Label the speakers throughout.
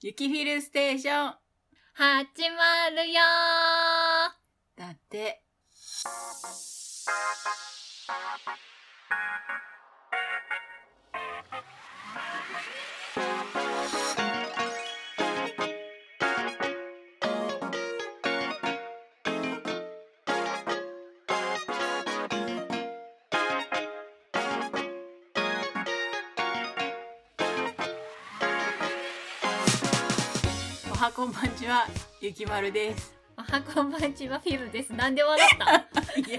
Speaker 1: 雪フィルステーション
Speaker 2: 始まるよ
Speaker 1: だって。おはこんばんちは、ゆきまるです。
Speaker 2: ーおはこんばんちはフィルです。なんで笑 った
Speaker 1: い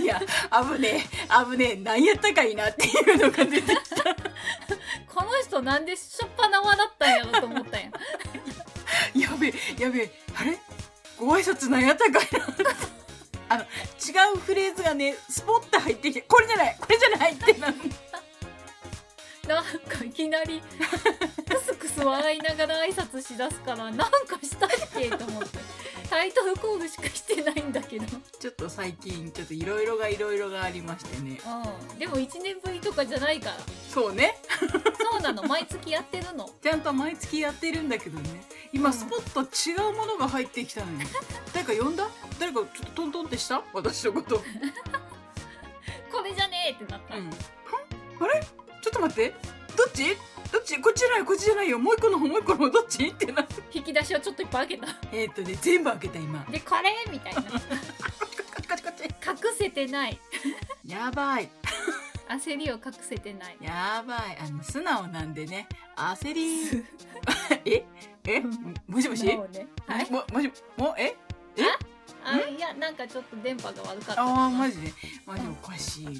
Speaker 1: や、いや、危ねえ、危ねえ、何やったかいなっていうのが出てきた。
Speaker 2: この人なんでしょっぱな笑ったんやろと思ったんや。
Speaker 1: やべえ、やべえ、あれご挨拶何やったかいなあの、違うフレーズがね、スポッと入ってきて、これじゃない、これじゃないってなる。
Speaker 2: なんかいきなりクスクス笑いながら挨拶しだすからなんかしたっけと思って。タイトルコールしかしてないんだけど。
Speaker 1: ちょっと最近、ちょっといろいろがいろいろがありましてね。
Speaker 2: うん。でも1年ぶりとかじゃないから。
Speaker 1: そうね。
Speaker 2: そうなの。毎月やってるの。
Speaker 1: ちゃんと毎月やってるんだけどね。今、スポッと違うものが入ってきたの に。誰か呼んだ誰かちょっとトントンってした私のこと。
Speaker 2: これじゃねえってなった。
Speaker 1: うん、あれちょっと待ってどっちどっちこっちじゃないこっちじゃないよもう一個の方もう一個の方どっちってなって
Speaker 2: 引き出しはちょっといっぱい開けた。
Speaker 1: えーっとね全部開けた今
Speaker 2: で、これみたいな。
Speaker 1: カチカチカチ
Speaker 2: 隠せてない。
Speaker 1: やばい
Speaker 2: 焦りを隠せてない。
Speaker 1: やばいあの素直なんでね焦りええもしもし、
Speaker 2: なおねはい。
Speaker 1: ももしもえ
Speaker 2: あいやなんかちょっと電波が悪かった。
Speaker 1: ああマジでマジでおかしいな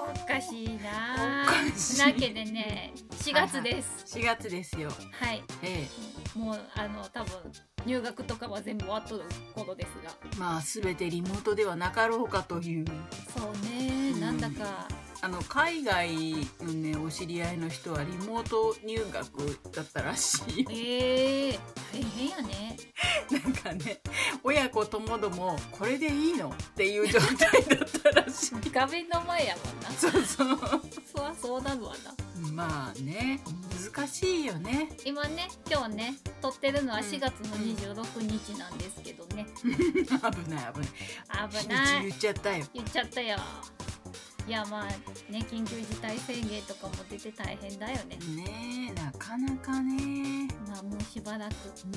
Speaker 2: おかしいな
Speaker 1: おかしい
Speaker 2: なわけでね4月です。
Speaker 1: 4月ですよ
Speaker 2: はい。
Speaker 1: え
Speaker 2: もうあの多分入学とかは全部終わっとる頃ですが。
Speaker 1: えまあ全てリモートではなかろうかという
Speaker 2: そうね
Speaker 1: うん
Speaker 2: なんだか
Speaker 1: あの海外のねお知り合いの人はリモート入学だったらしい よ
Speaker 2: ええ大変やね。
Speaker 1: なんかね親子ともどもこれでいいのっていう状態だったらしい
Speaker 2: 画面の前やもんな。
Speaker 1: そうそう
Speaker 2: そうはそうなるわな。
Speaker 1: まあね難しいよね
Speaker 2: 今ね今日ね撮ってるのは
Speaker 1: うん
Speaker 2: 4月の26日なんですけどね。
Speaker 1: 危ない危ない
Speaker 2: 危ない。
Speaker 1: 日にち言っちゃったよ
Speaker 2: 言っちゃったよいやまあね緊急事態宣言とかも出て大変だよね、
Speaker 1: ねえなかなかね
Speaker 2: まあもうしばらく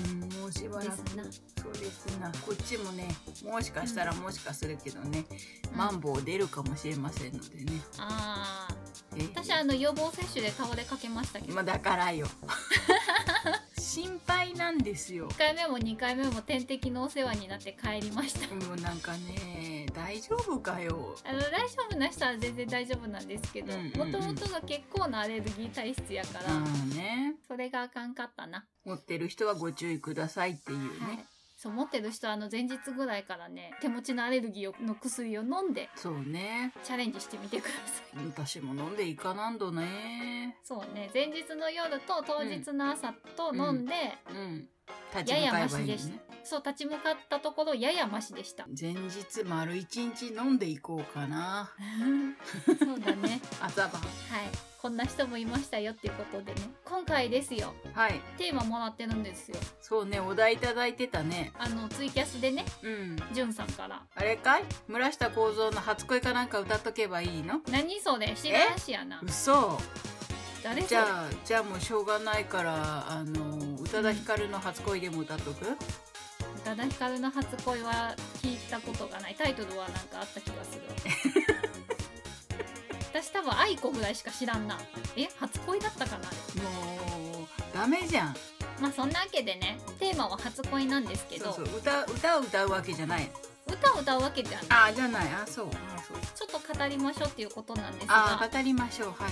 Speaker 1: うんもうしばら
Speaker 2: で
Speaker 1: く
Speaker 2: すな
Speaker 1: そうですなこっちもねもしかしたらもしかするけどね、
Speaker 2: うん
Speaker 1: マンボウ出るかもしれませんのでね、
Speaker 2: ああ
Speaker 1: ええ
Speaker 2: 私あの予防接種で倒れかけましたけど、
Speaker 1: まあ、だから よ心配なんですよ
Speaker 2: 1回目も2回目も点滴のお世話になって帰りました
Speaker 1: もうなんかね大丈夫かよ
Speaker 2: あの大丈夫な人は全然大丈夫なんですけど
Speaker 1: うん
Speaker 2: も
Speaker 1: うんう
Speaker 2: と
Speaker 1: ん
Speaker 2: もとが結構なアレルギー体質やから、
Speaker 1: ああね
Speaker 2: それがあかんかったな、
Speaker 1: 持ってる人はご注意くださいっていうね、
Speaker 2: はいそう持ってる人はあの前日ぐらいからね手持ちのアレルギーの薬を飲んで
Speaker 1: そうね
Speaker 2: チャレンジしてみてください
Speaker 1: 私も飲んでいかなんどね
Speaker 2: そうね前日の夜と当日の朝と飲んで、
Speaker 1: うん立ち向かえばいい
Speaker 2: ややマシ
Speaker 1: の
Speaker 2: でし
Speaker 1: ね
Speaker 2: そう立ち向かったところややましで した
Speaker 1: 前日丸一日飲んでいこうかな
Speaker 2: そうだね
Speaker 1: 朝晩
Speaker 2: はいこんな人もいましたよっていうことでね今回ですよ
Speaker 1: はい
Speaker 2: テーマもらってるんですよ
Speaker 1: そうねお題いただいてたね
Speaker 2: あのツイキャスでね
Speaker 1: うん
Speaker 2: じゅんさんから
Speaker 1: あれかい村下幸三の初恋かなんか歌っとけばいいの
Speaker 2: 「何それ知らんしやな
Speaker 1: 嘘
Speaker 2: 誰そ
Speaker 1: じ
Speaker 2: れ
Speaker 1: ゃあじゃあもうしょうがないからあの宇多田ヒカルの初恋でも歌っとく、
Speaker 2: 宇多田ヒカルの初恋は聞いたことがないタイトルはなんかあった気がする 私多分愛子ぐらいしか知らんなえ初恋だったかなあれ
Speaker 1: もうダメじゃん
Speaker 2: まあそんなわけでねテーマは初恋なんですけど
Speaker 1: そうそう歌歌を歌うわけじゃない
Speaker 2: 歌を歌うわけじゃない
Speaker 1: あじゃないあそうあそう
Speaker 2: ちょっと語りましょうっていうことなんです
Speaker 1: あ
Speaker 2: が
Speaker 1: 語りましょうはい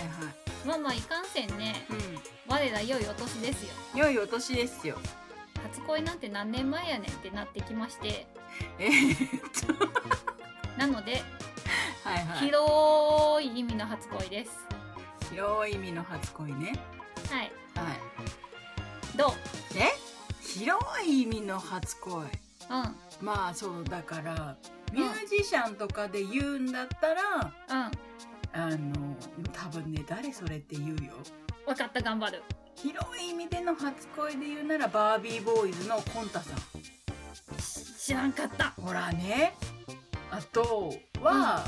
Speaker 2: まあまあいかんせんね
Speaker 1: はい
Speaker 2: 我ら良いお年ですよ
Speaker 1: うん良いお年ですよ
Speaker 2: 初恋なんて何年前やねんってなってきまして
Speaker 1: えー、っと
Speaker 2: なので、
Speaker 1: はいはい
Speaker 2: 広い意味の初恋です
Speaker 1: 広い意味の初恋ね
Speaker 2: はい
Speaker 1: はい
Speaker 2: どう
Speaker 1: え広い意味の初恋
Speaker 2: うん
Speaker 1: まあそうだから
Speaker 2: ん
Speaker 1: ミュージシャンとかで言うんだったら、
Speaker 2: うん
Speaker 1: あの多分ね誰それって言うよ
Speaker 2: 分かった頑張る
Speaker 1: 広い意味での初恋で言うならバービーボーイズのコンタさん
Speaker 2: 知らんかった
Speaker 1: ほらねあとは、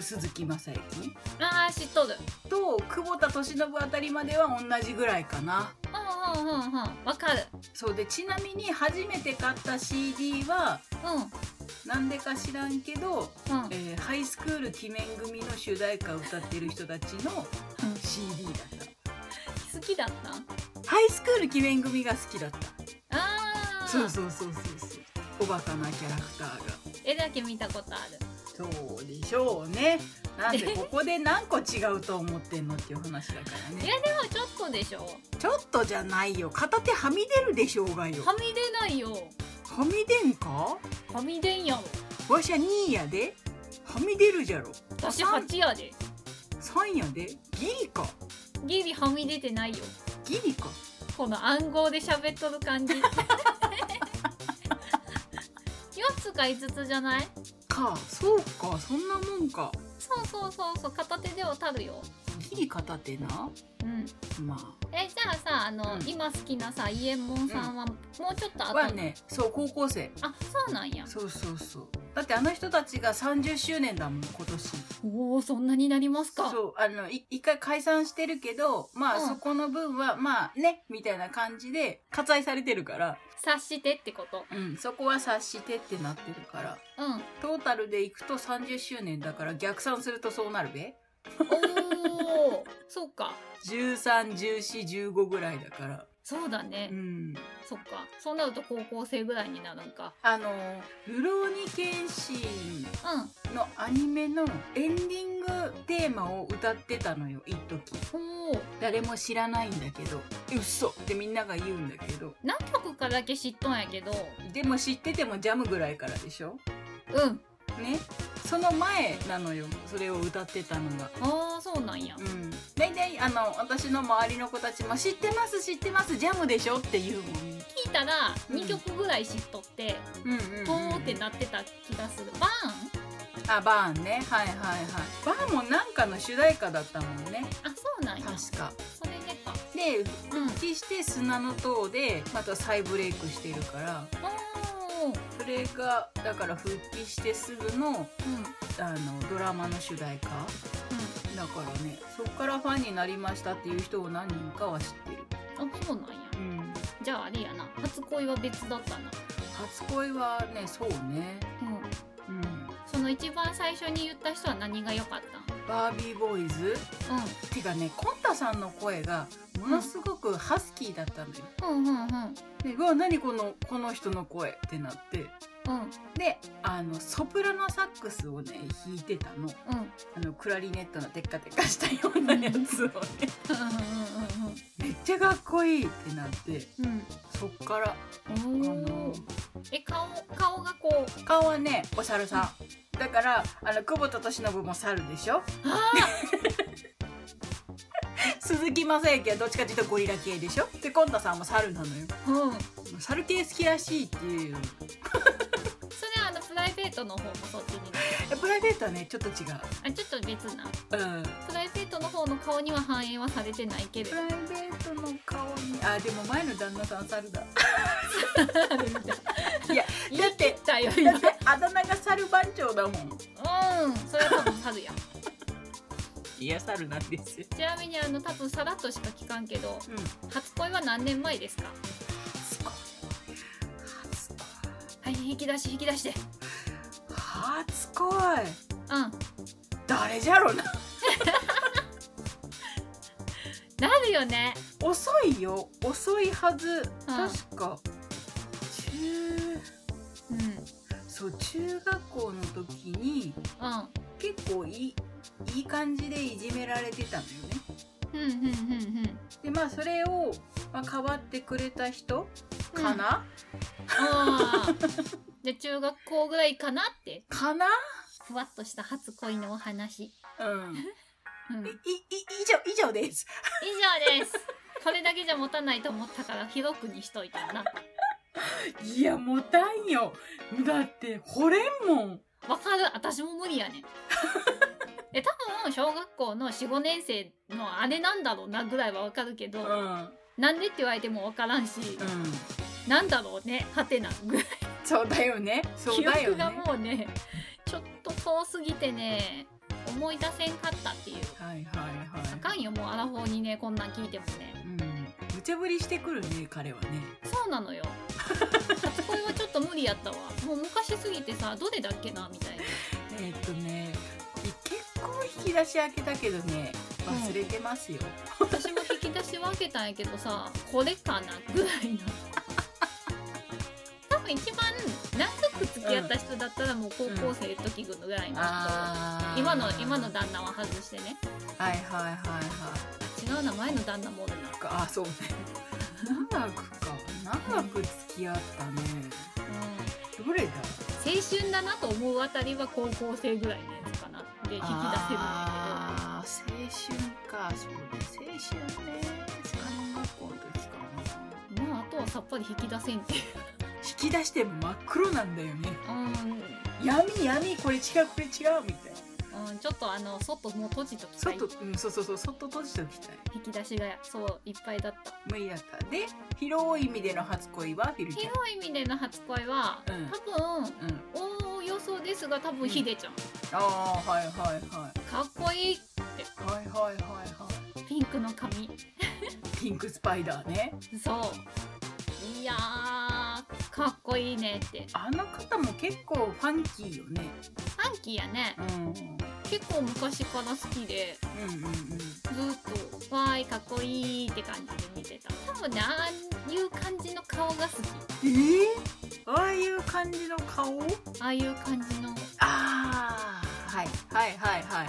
Speaker 1: 鈴木雅之
Speaker 2: あー知っとる
Speaker 1: と久保田利伸あたりまでは同じぐらいかな
Speaker 2: うんうんうんうんわかる
Speaker 1: そうでちなみに初めて買った CD は
Speaker 2: う
Speaker 1: なんでか知らんけど、
Speaker 2: んうん
Speaker 1: えーハイスクール鬼面組の主題歌を歌ってる人たちの CD だっ
Speaker 2: 好きだった
Speaker 1: たハイスクール鬼面組が好きだった
Speaker 2: あー
Speaker 1: そうそうそうそうそうおバカなキャラクターが
Speaker 2: 絵だけ見たことある
Speaker 1: そうでしょうねなんでここで何個違うと思ってんのっていう話だから
Speaker 2: い
Speaker 1: ね
Speaker 2: やでもちょっとでしょ
Speaker 1: ちょっとじゃないよ片手はみ出るでしょうがよ
Speaker 2: はみ出ないよ
Speaker 1: はみ出んか
Speaker 2: はみ出んやろ
Speaker 1: わしゃ2やではみ出るじゃろ
Speaker 2: 私
Speaker 1: あ三
Speaker 2: 8やで
Speaker 1: 3やでギリか
Speaker 2: ギリはみ出てないよ
Speaker 1: ギリか
Speaker 2: この暗号で喋っとる感じ 4つか5つじゃない
Speaker 1: かそうかそんなもんか
Speaker 2: そうそうそうそう片手で渡るよ
Speaker 1: ギリ片手な
Speaker 2: うん
Speaker 1: ま
Speaker 2: えじゃあさあの、
Speaker 1: うん
Speaker 2: 今好きなさ伊右衛門さんはもうちょっと
Speaker 1: あ
Speaker 2: 後
Speaker 1: は
Speaker 2: に、
Speaker 1: ねそう高校生
Speaker 2: あそうなんや
Speaker 1: そうそうそうだってあの人たちが30周年だもん今年
Speaker 2: おおそんなになりますか
Speaker 1: そう、あの、い一回解散してるけど、まあ、
Speaker 2: うん
Speaker 1: そこの分は、まあね、みたいな感じで、割愛されてるから、
Speaker 2: 察してってこと
Speaker 1: うん、そこは察してってなってるから、
Speaker 2: うん
Speaker 1: トータルでいくと30周年だから、逆算するとそうなるべ
Speaker 2: おおそうか
Speaker 1: ?13、14、15ぐらいだから、
Speaker 2: そうだね、
Speaker 1: うん。
Speaker 2: そっかそうなると高校生ぐらいになるんか
Speaker 1: あの、ルローニケンシンのアニメのエンディングテーマを歌ってたのよ、一時。
Speaker 2: うんおお
Speaker 1: 誰も知らないんだけど、うっそってみんなが言うんだけど、
Speaker 2: 何曲かだけ知っとんやけど
Speaker 1: でも知っててもジャムぐらいからでしょ
Speaker 2: うん
Speaker 1: ねその前なのよそれを歌ってたのが。
Speaker 2: ああそうなんや
Speaker 1: うん、大体あの私の周りの子たちも「知ってます知ってますジャムでしょ」って言うもん。
Speaker 2: 聞いたら
Speaker 1: うん
Speaker 2: 2曲ぐらい知っとって
Speaker 1: うん
Speaker 2: とーってなってた気がするバー
Speaker 1: あバーンねはいはいはいバーンもなんかの主題歌だったもんね
Speaker 2: ンあそうなんや
Speaker 1: 確か
Speaker 2: それでか
Speaker 1: で
Speaker 2: うん
Speaker 1: 復帰して「砂の塔」でまた再ブレイクしてるから
Speaker 2: おー
Speaker 1: それがだから復帰してすぐの
Speaker 2: うんうん
Speaker 1: あのドラマの主題歌だからねそっからファンになりましたっていう人を何人かは知ってる、
Speaker 2: あそうなんや
Speaker 1: うん、
Speaker 2: じゃああれやな初恋は別だったな
Speaker 1: 初恋はねそうね、
Speaker 2: うん
Speaker 1: うん、
Speaker 2: その一番最初に言った人は何が良かった
Speaker 1: バービーボーイズ
Speaker 2: ん
Speaker 1: てかねコンタさんの声がものすごくハスキーだったのよ
Speaker 2: うんうんうんうん
Speaker 1: でうわ何このこの人の声ってなって
Speaker 2: うん
Speaker 1: であのソプラノサックスをね弾いてたの
Speaker 2: うんうん
Speaker 1: あのクラリネットのテッカテカしたようなやつをねめっちゃかっこいいってなって
Speaker 2: うんうん
Speaker 1: そっから
Speaker 2: うん
Speaker 1: あ
Speaker 2: うんお
Speaker 1: の
Speaker 2: ーえ顔顔が こう
Speaker 1: 顔はねお猿さんだからあの久保田利伸も猿でしょ
Speaker 2: ああ
Speaker 1: 鈴木雅之はどっちかというとゴリラ系でしょでコンタさんも猿なのよ
Speaker 2: うん
Speaker 1: 猿系好きらしいっていう
Speaker 2: それはあのプライベートの方もそっちに
Speaker 1: えプライベートはねちょっと違う、
Speaker 2: あちょっと別な
Speaker 1: うん、
Speaker 2: プライベートの方の顔には反映はされてないけれ
Speaker 1: プ
Speaker 2: ど
Speaker 1: ライベートの顔にあでも前の旦那さん猿だいや
Speaker 2: 言い切ったよ今
Speaker 1: だってあだ名が猿番長だもん
Speaker 2: うんそれは多分猿や
Speaker 1: いや猿なんですよ
Speaker 2: ちなみにあの多分さらっとしか聞かんけど
Speaker 1: うん
Speaker 2: 初恋は何年前ですか
Speaker 1: 初恋初恋
Speaker 2: はい引き出し引き出して
Speaker 1: 初恋
Speaker 2: うん
Speaker 1: 誰じゃろな
Speaker 2: なるよね
Speaker 1: 遅いよ遅いはず、確か中
Speaker 2: うん
Speaker 1: そう中学校の時に
Speaker 2: うん
Speaker 1: 結構いいいい感じでいじめられてたのよね
Speaker 2: うんうんうんうん
Speaker 1: でまあそれを、まあ、変わってくれた人かな、
Speaker 2: ああじゃあ中学校ぐらいかなって
Speaker 1: かな
Speaker 2: ふわっとした初恋のお話、
Speaker 1: うん
Speaker 2: うん、以
Speaker 1: いいい以上以上です
Speaker 2: 上ですこれだけじゃ持たないと思ったから広くにしといたない
Speaker 1: やもたんよだって惚れんもん
Speaker 2: わかる私も無理やねん え多分小学校の45年生のあれなんだろうなぐらいはわかるけど、
Speaker 1: うん
Speaker 2: なんでって言われても分からんし、
Speaker 1: うん
Speaker 2: なんだろうねはてなぐらい
Speaker 1: そうだよねそう
Speaker 2: 記
Speaker 1: だよ
Speaker 2: 憶
Speaker 1: ね
Speaker 2: がもうねちょっと遠すぎてね思い出せんかったっていう
Speaker 1: はいはいはい
Speaker 2: あかんよもうアラフォーにねこんなん聞いてもね
Speaker 1: うん無茶ぶりしてくるね彼はね
Speaker 2: そうなのよ初恋はちょっと無理やったわもう昔すぎてさどれだっけなみたいな
Speaker 1: えーっとね結構引き出し開けたけどね忘れてますよ、
Speaker 2: 私も引き出しは開けたんやけどさこれかなぐらいの 多分一番長く付き合った人だったらもう高校生の時ぐらいの人、
Speaker 1: あー
Speaker 2: 今の今の旦那は外してね
Speaker 1: はいはいはいはい
Speaker 2: 違うな前の旦那もおるな
Speaker 1: あそうね長くか長く付き合ったね
Speaker 2: う
Speaker 1: どれだ
Speaker 2: ん、青春だなと思うあたりは高校生ぐらいのやつかなで引き出せるんだ
Speaker 1: あー青春かそうね青春ね小学校の時かな
Speaker 2: けどまああとはさっぱり引き出せんっていう
Speaker 1: 引き出して真っ黒なんだよね
Speaker 2: うん、
Speaker 1: 闇闇これ違うこれ違うみたいな
Speaker 2: うん、ちょっとあの外もう閉じときたい
Speaker 1: 外うんそうそうそう外閉じておきたい
Speaker 2: 引き出しがそういっぱいだった
Speaker 1: 無理だったで広い意味での初恋はフィルちゃん
Speaker 2: 広い意味での初恋は、
Speaker 1: うん
Speaker 2: 多分
Speaker 1: うん
Speaker 2: おおよそですが多分ヒデちゃん、
Speaker 1: ああーはいはいは
Speaker 2: かっこいい
Speaker 1: いはいはいはいは
Speaker 2: ピンクの髪
Speaker 1: いピンクスパイダーね
Speaker 2: そういやーかっこいいねって
Speaker 1: あの方も結構ファンキーよね
Speaker 2: ファンキーやね
Speaker 1: うんうん
Speaker 2: 結構昔から好きで
Speaker 1: うんうん
Speaker 2: ずっと「わーいかっこいい」って感じで見てた多分ねああいう感じの顔が好き
Speaker 1: えー、ああいう感じの顔
Speaker 2: ああいう感じのま
Speaker 1: ああはいはいはいはいはい
Speaker 2: あ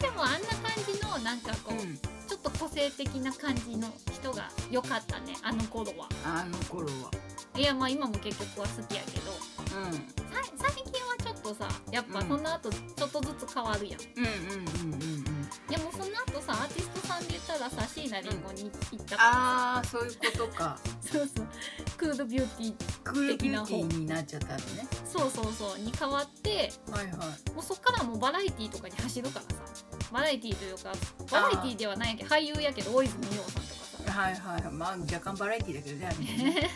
Speaker 2: でもあんな感じのなんかこう、
Speaker 1: うん
Speaker 2: ちょっと個性的な感じの人が良かったねあの頃は
Speaker 1: あの頃はい
Speaker 2: やまあ今も結局は好きやけど
Speaker 1: う
Speaker 2: さ最近はちょっとさやっぱ
Speaker 1: うん
Speaker 2: その後ちょっとずつ変わるやん、
Speaker 1: んうんうんうんうんうん
Speaker 2: でもその後さアーティストさんで言ったらさ椎名林檎に行ったからさ、
Speaker 1: ああそういうことか
Speaker 2: そうそうクールビューティー
Speaker 1: クールビューティーになっちゃったのね
Speaker 2: そうそうそうに変わって
Speaker 1: はいはい
Speaker 2: もうそっからもうバラエティーとかに走るからさバラエティーというかバラエティーではないやけど俳優やけど大泉洋さんとかさ、
Speaker 1: はいはいまあ若干バラエティーだけどねあれね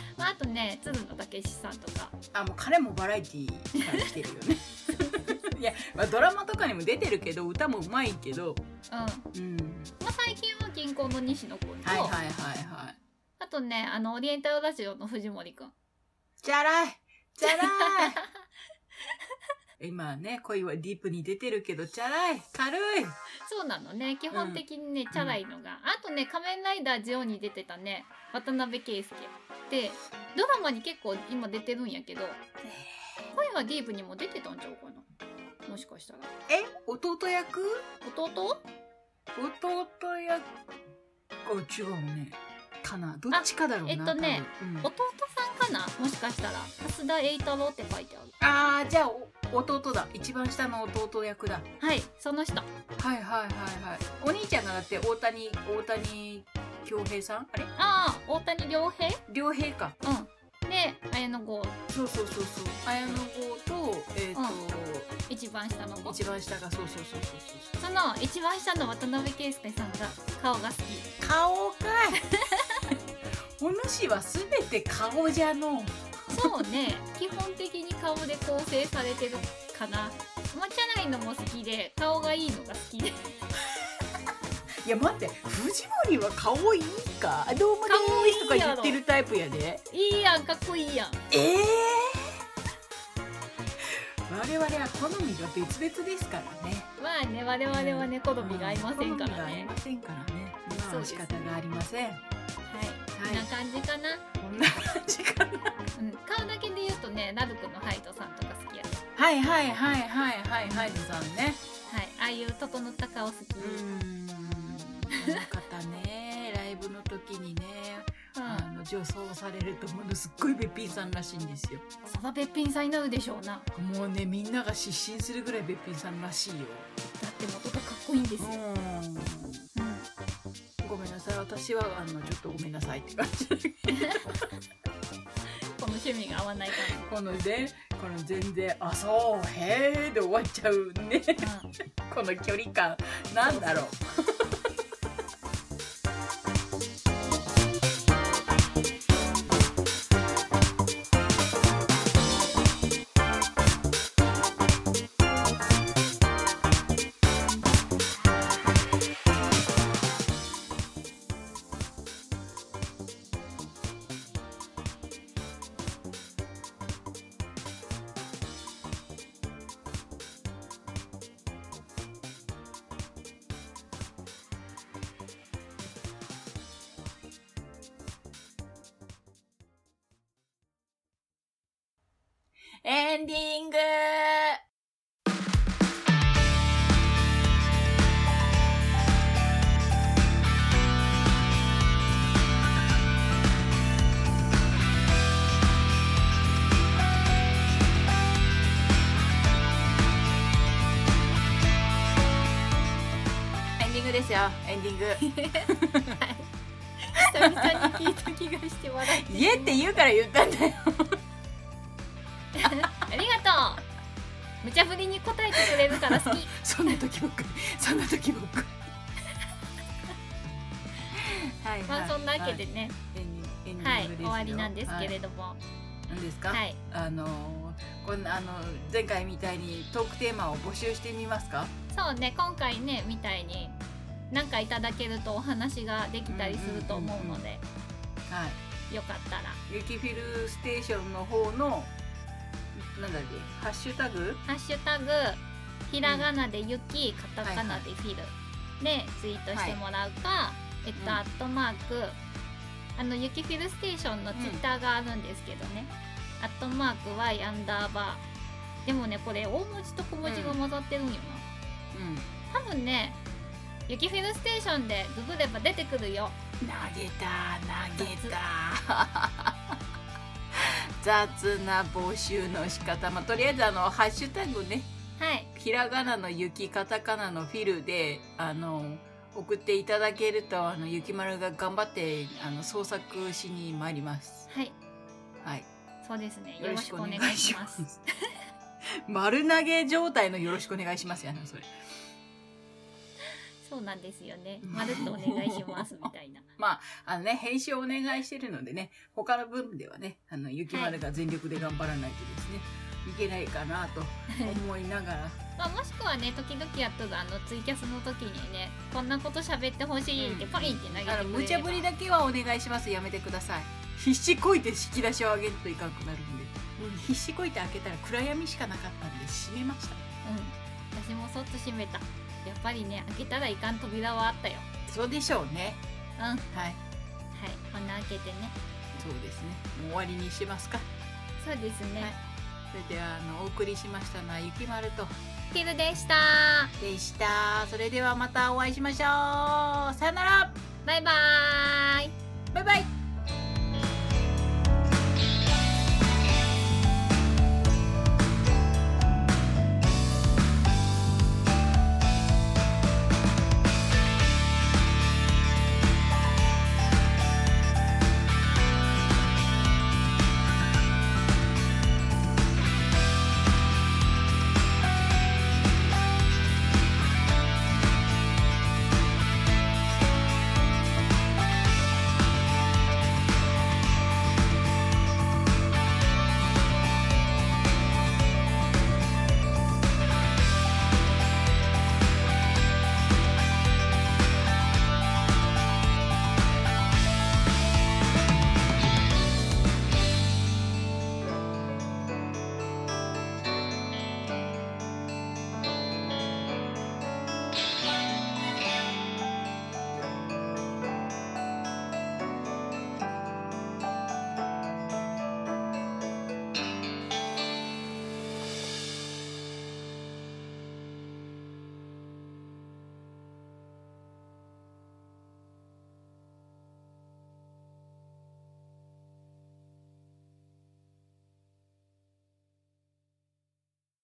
Speaker 2: まあ、あとね鶴野武さんとか
Speaker 1: あもう彼もバラエティーから来てるよね いや、まあ、ドラマとかにも出てるけど歌もうまいけど
Speaker 2: うん
Speaker 1: うん
Speaker 2: まあ、最近は銀行の西野君と、
Speaker 1: はいはいはいはい
Speaker 2: あとねあのオリエンタルラジオの藤森君
Speaker 1: じゃらいじゃらい 今ね恋はディープに出てるけどチャラい軽い
Speaker 2: そうなのね基本的にね、チャラいのがあとね「仮面ライダージオ」に出てたね渡辺圭介でドラマに結構今出てるんやけど恋はディープにも出てたんちゃうかなもしかしたら
Speaker 1: え弟役
Speaker 2: 弟
Speaker 1: 弟役あ違うねかなどっちかだろうな
Speaker 2: えっとね
Speaker 1: 多分うん
Speaker 2: 弟さんかなもしかしたら蓮田栄太郎って書いてある
Speaker 1: あーじゃあお弟だ一番下の弟役だ
Speaker 2: はいその人
Speaker 1: はいはいはいはいお兄ちゃんがだって大谷大谷恭平さんあれ
Speaker 2: ああ大谷亮平
Speaker 1: 良平か
Speaker 2: うんで綾野剛
Speaker 1: そうそうそうそう綾野剛とえっ、と、
Speaker 2: 一番下の子
Speaker 1: 一番下がそうそうそうそうそう
Speaker 2: その一番下の渡辺圭介さんが顔が好き
Speaker 1: 顔か いお主はすべて顔じゃの
Speaker 2: そうね基本的に顔で構成されてるかなまあチャラいのも好きで顔がいいのが好きで
Speaker 1: いや待って藤森は顔いいかどうもで
Speaker 2: 顔いい
Speaker 1: ー
Speaker 2: や
Speaker 1: す
Speaker 2: ろ
Speaker 1: とか言ってるタイプやで
Speaker 2: いいやんかっこいいやん
Speaker 1: ええー、我々は好みが別々ですからね
Speaker 2: まあね我々はね好みが合いませんか
Speaker 1: 好みが
Speaker 2: ら
Speaker 1: 合い
Speaker 2: ね
Speaker 1: ませんからね。まあ
Speaker 2: そうです
Speaker 1: 仕方がありません。はい。
Speaker 2: はいこんな感じかな、
Speaker 1: こんな感じかな。
Speaker 2: うん、顔だけで言うとねラルクのハイドさんとか好きやね
Speaker 1: はいはいはいはいはいはいとさんね。
Speaker 2: はいああいう整った顔好き、
Speaker 1: うーん。あの方ね、ライブの時 にね、
Speaker 2: うん
Speaker 1: あの女装されるとものすっごいべっぴんさんらしいんですよ。
Speaker 2: そばべっぴんさんになるでしょうなだ
Speaker 1: もうねみんなが失神するぐらいべっぴんさんらしいよ。
Speaker 2: って元がかっこいいんですよ、
Speaker 1: う
Speaker 2: うん
Speaker 1: ん。ごめんなさい私はあのちょっとごめんなさいって感じ。
Speaker 2: この趣味が合わない感じ
Speaker 1: このねこの全然あそうへえで終わっちゃうね。
Speaker 2: うん
Speaker 1: この距離感なんだろうンディングエンディングですよエンディング
Speaker 2: 久々に聞いた気がして笑って
Speaker 1: 家って言うから言ったんだよ
Speaker 2: ありがとう無茶ぶりに答えてくれるから 好き
Speaker 1: そんな時ばっかりそんな時ばっかりはい、
Speaker 2: まあそんなわけでね
Speaker 1: エンディング
Speaker 2: はい、
Speaker 1: エンディングです
Speaker 2: 終
Speaker 1: よ
Speaker 2: わりなんですけれどもは
Speaker 1: はい何ですか、
Speaker 2: い、
Speaker 1: あのーこんなあの前回みたいにトークテーマを募集してみますか
Speaker 2: そうね今回ねみたいになんかいただけるとお話ができたりすると思うので、
Speaker 1: はい
Speaker 2: よかったら
Speaker 1: 「ゆきフィルステーション」の方のなんだっけハッシュタグ
Speaker 2: 「ハッシュタグひらがなで雪カタカナでフィル」でツイートしてもらうか、えっと、
Speaker 1: うん
Speaker 2: アットマークあの雪フィルステーションのツイッターがあるんですけどね、アットマーク Y アンダーバーでもねこれ大文字と小文字が混ざってるんよな、
Speaker 1: うん
Speaker 2: 多分ね雪フィルステーションでググれば出てくるよ
Speaker 1: 投げた投げた 雑な募集の仕方まあとりあえずあのハッシュタグね
Speaker 2: はい
Speaker 1: ひらがなの雪カタカナのフィルであの送っていただけるとあの雪丸が頑張ってあの創作しに参ります。
Speaker 2: はい
Speaker 1: はい、
Speaker 2: そうですね
Speaker 1: よ
Speaker 2: よ
Speaker 1: ろ
Speaker 2: ろ
Speaker 1: し
Speaker 2: し
Speaker 1: く
Speaker 2: く
Speaker 1: お
Speaker 2: お
Speaker 1: 願
Speaker 2: 願
Speaker 1: い
Speaker 2: い
Speaker 1: し
Speaker 2: し
Speaker 1: ま
Speaker 2: ますす
Speaker 1: 丸投げ状態のよろしくお願いしますやなそれ。
Speaker 2: そうなんですよねまるっとお願いしますみたいな
Speaker 1: あのね編集お願いしてるのでね他の部分ではねあの雪丸が全力で頑張らないとですね、い、けないかなと思いながら
Speaker 2: まあ、もしくはね時々やっとるあのツイキャスの時にねこんなこと喋ってほしいって
Speaker 1: うん
Speaker 2: パイって投げてくれれば、
Speaker 1: あの無茶ぶりだけはお願いしますやめてください。必死こいて引き出しを上げるといかんくなるんで、うん、必死こいて開けたら暗闇しかなかったんで閉めました。
Speaker 2: うん私もそっと閉めたやっぱりね開けたらいかん扉はあったよ
Speaker 1: そうでしょうね。
Speaker 2: うんはい
Speaker 1: はい、
Speaker 2: こんな開けてね
Speaker 1: そうですね。もう終わりにしますか。
Speaker 2: そうですね、
Speaker 1: はいそれではあのお送りしましたのはゆきまると
Speaker 2: ピルでした
Speaker 1: でした。それではまたお会いしましょう。さよなら。
Speaker 2: バイバーイ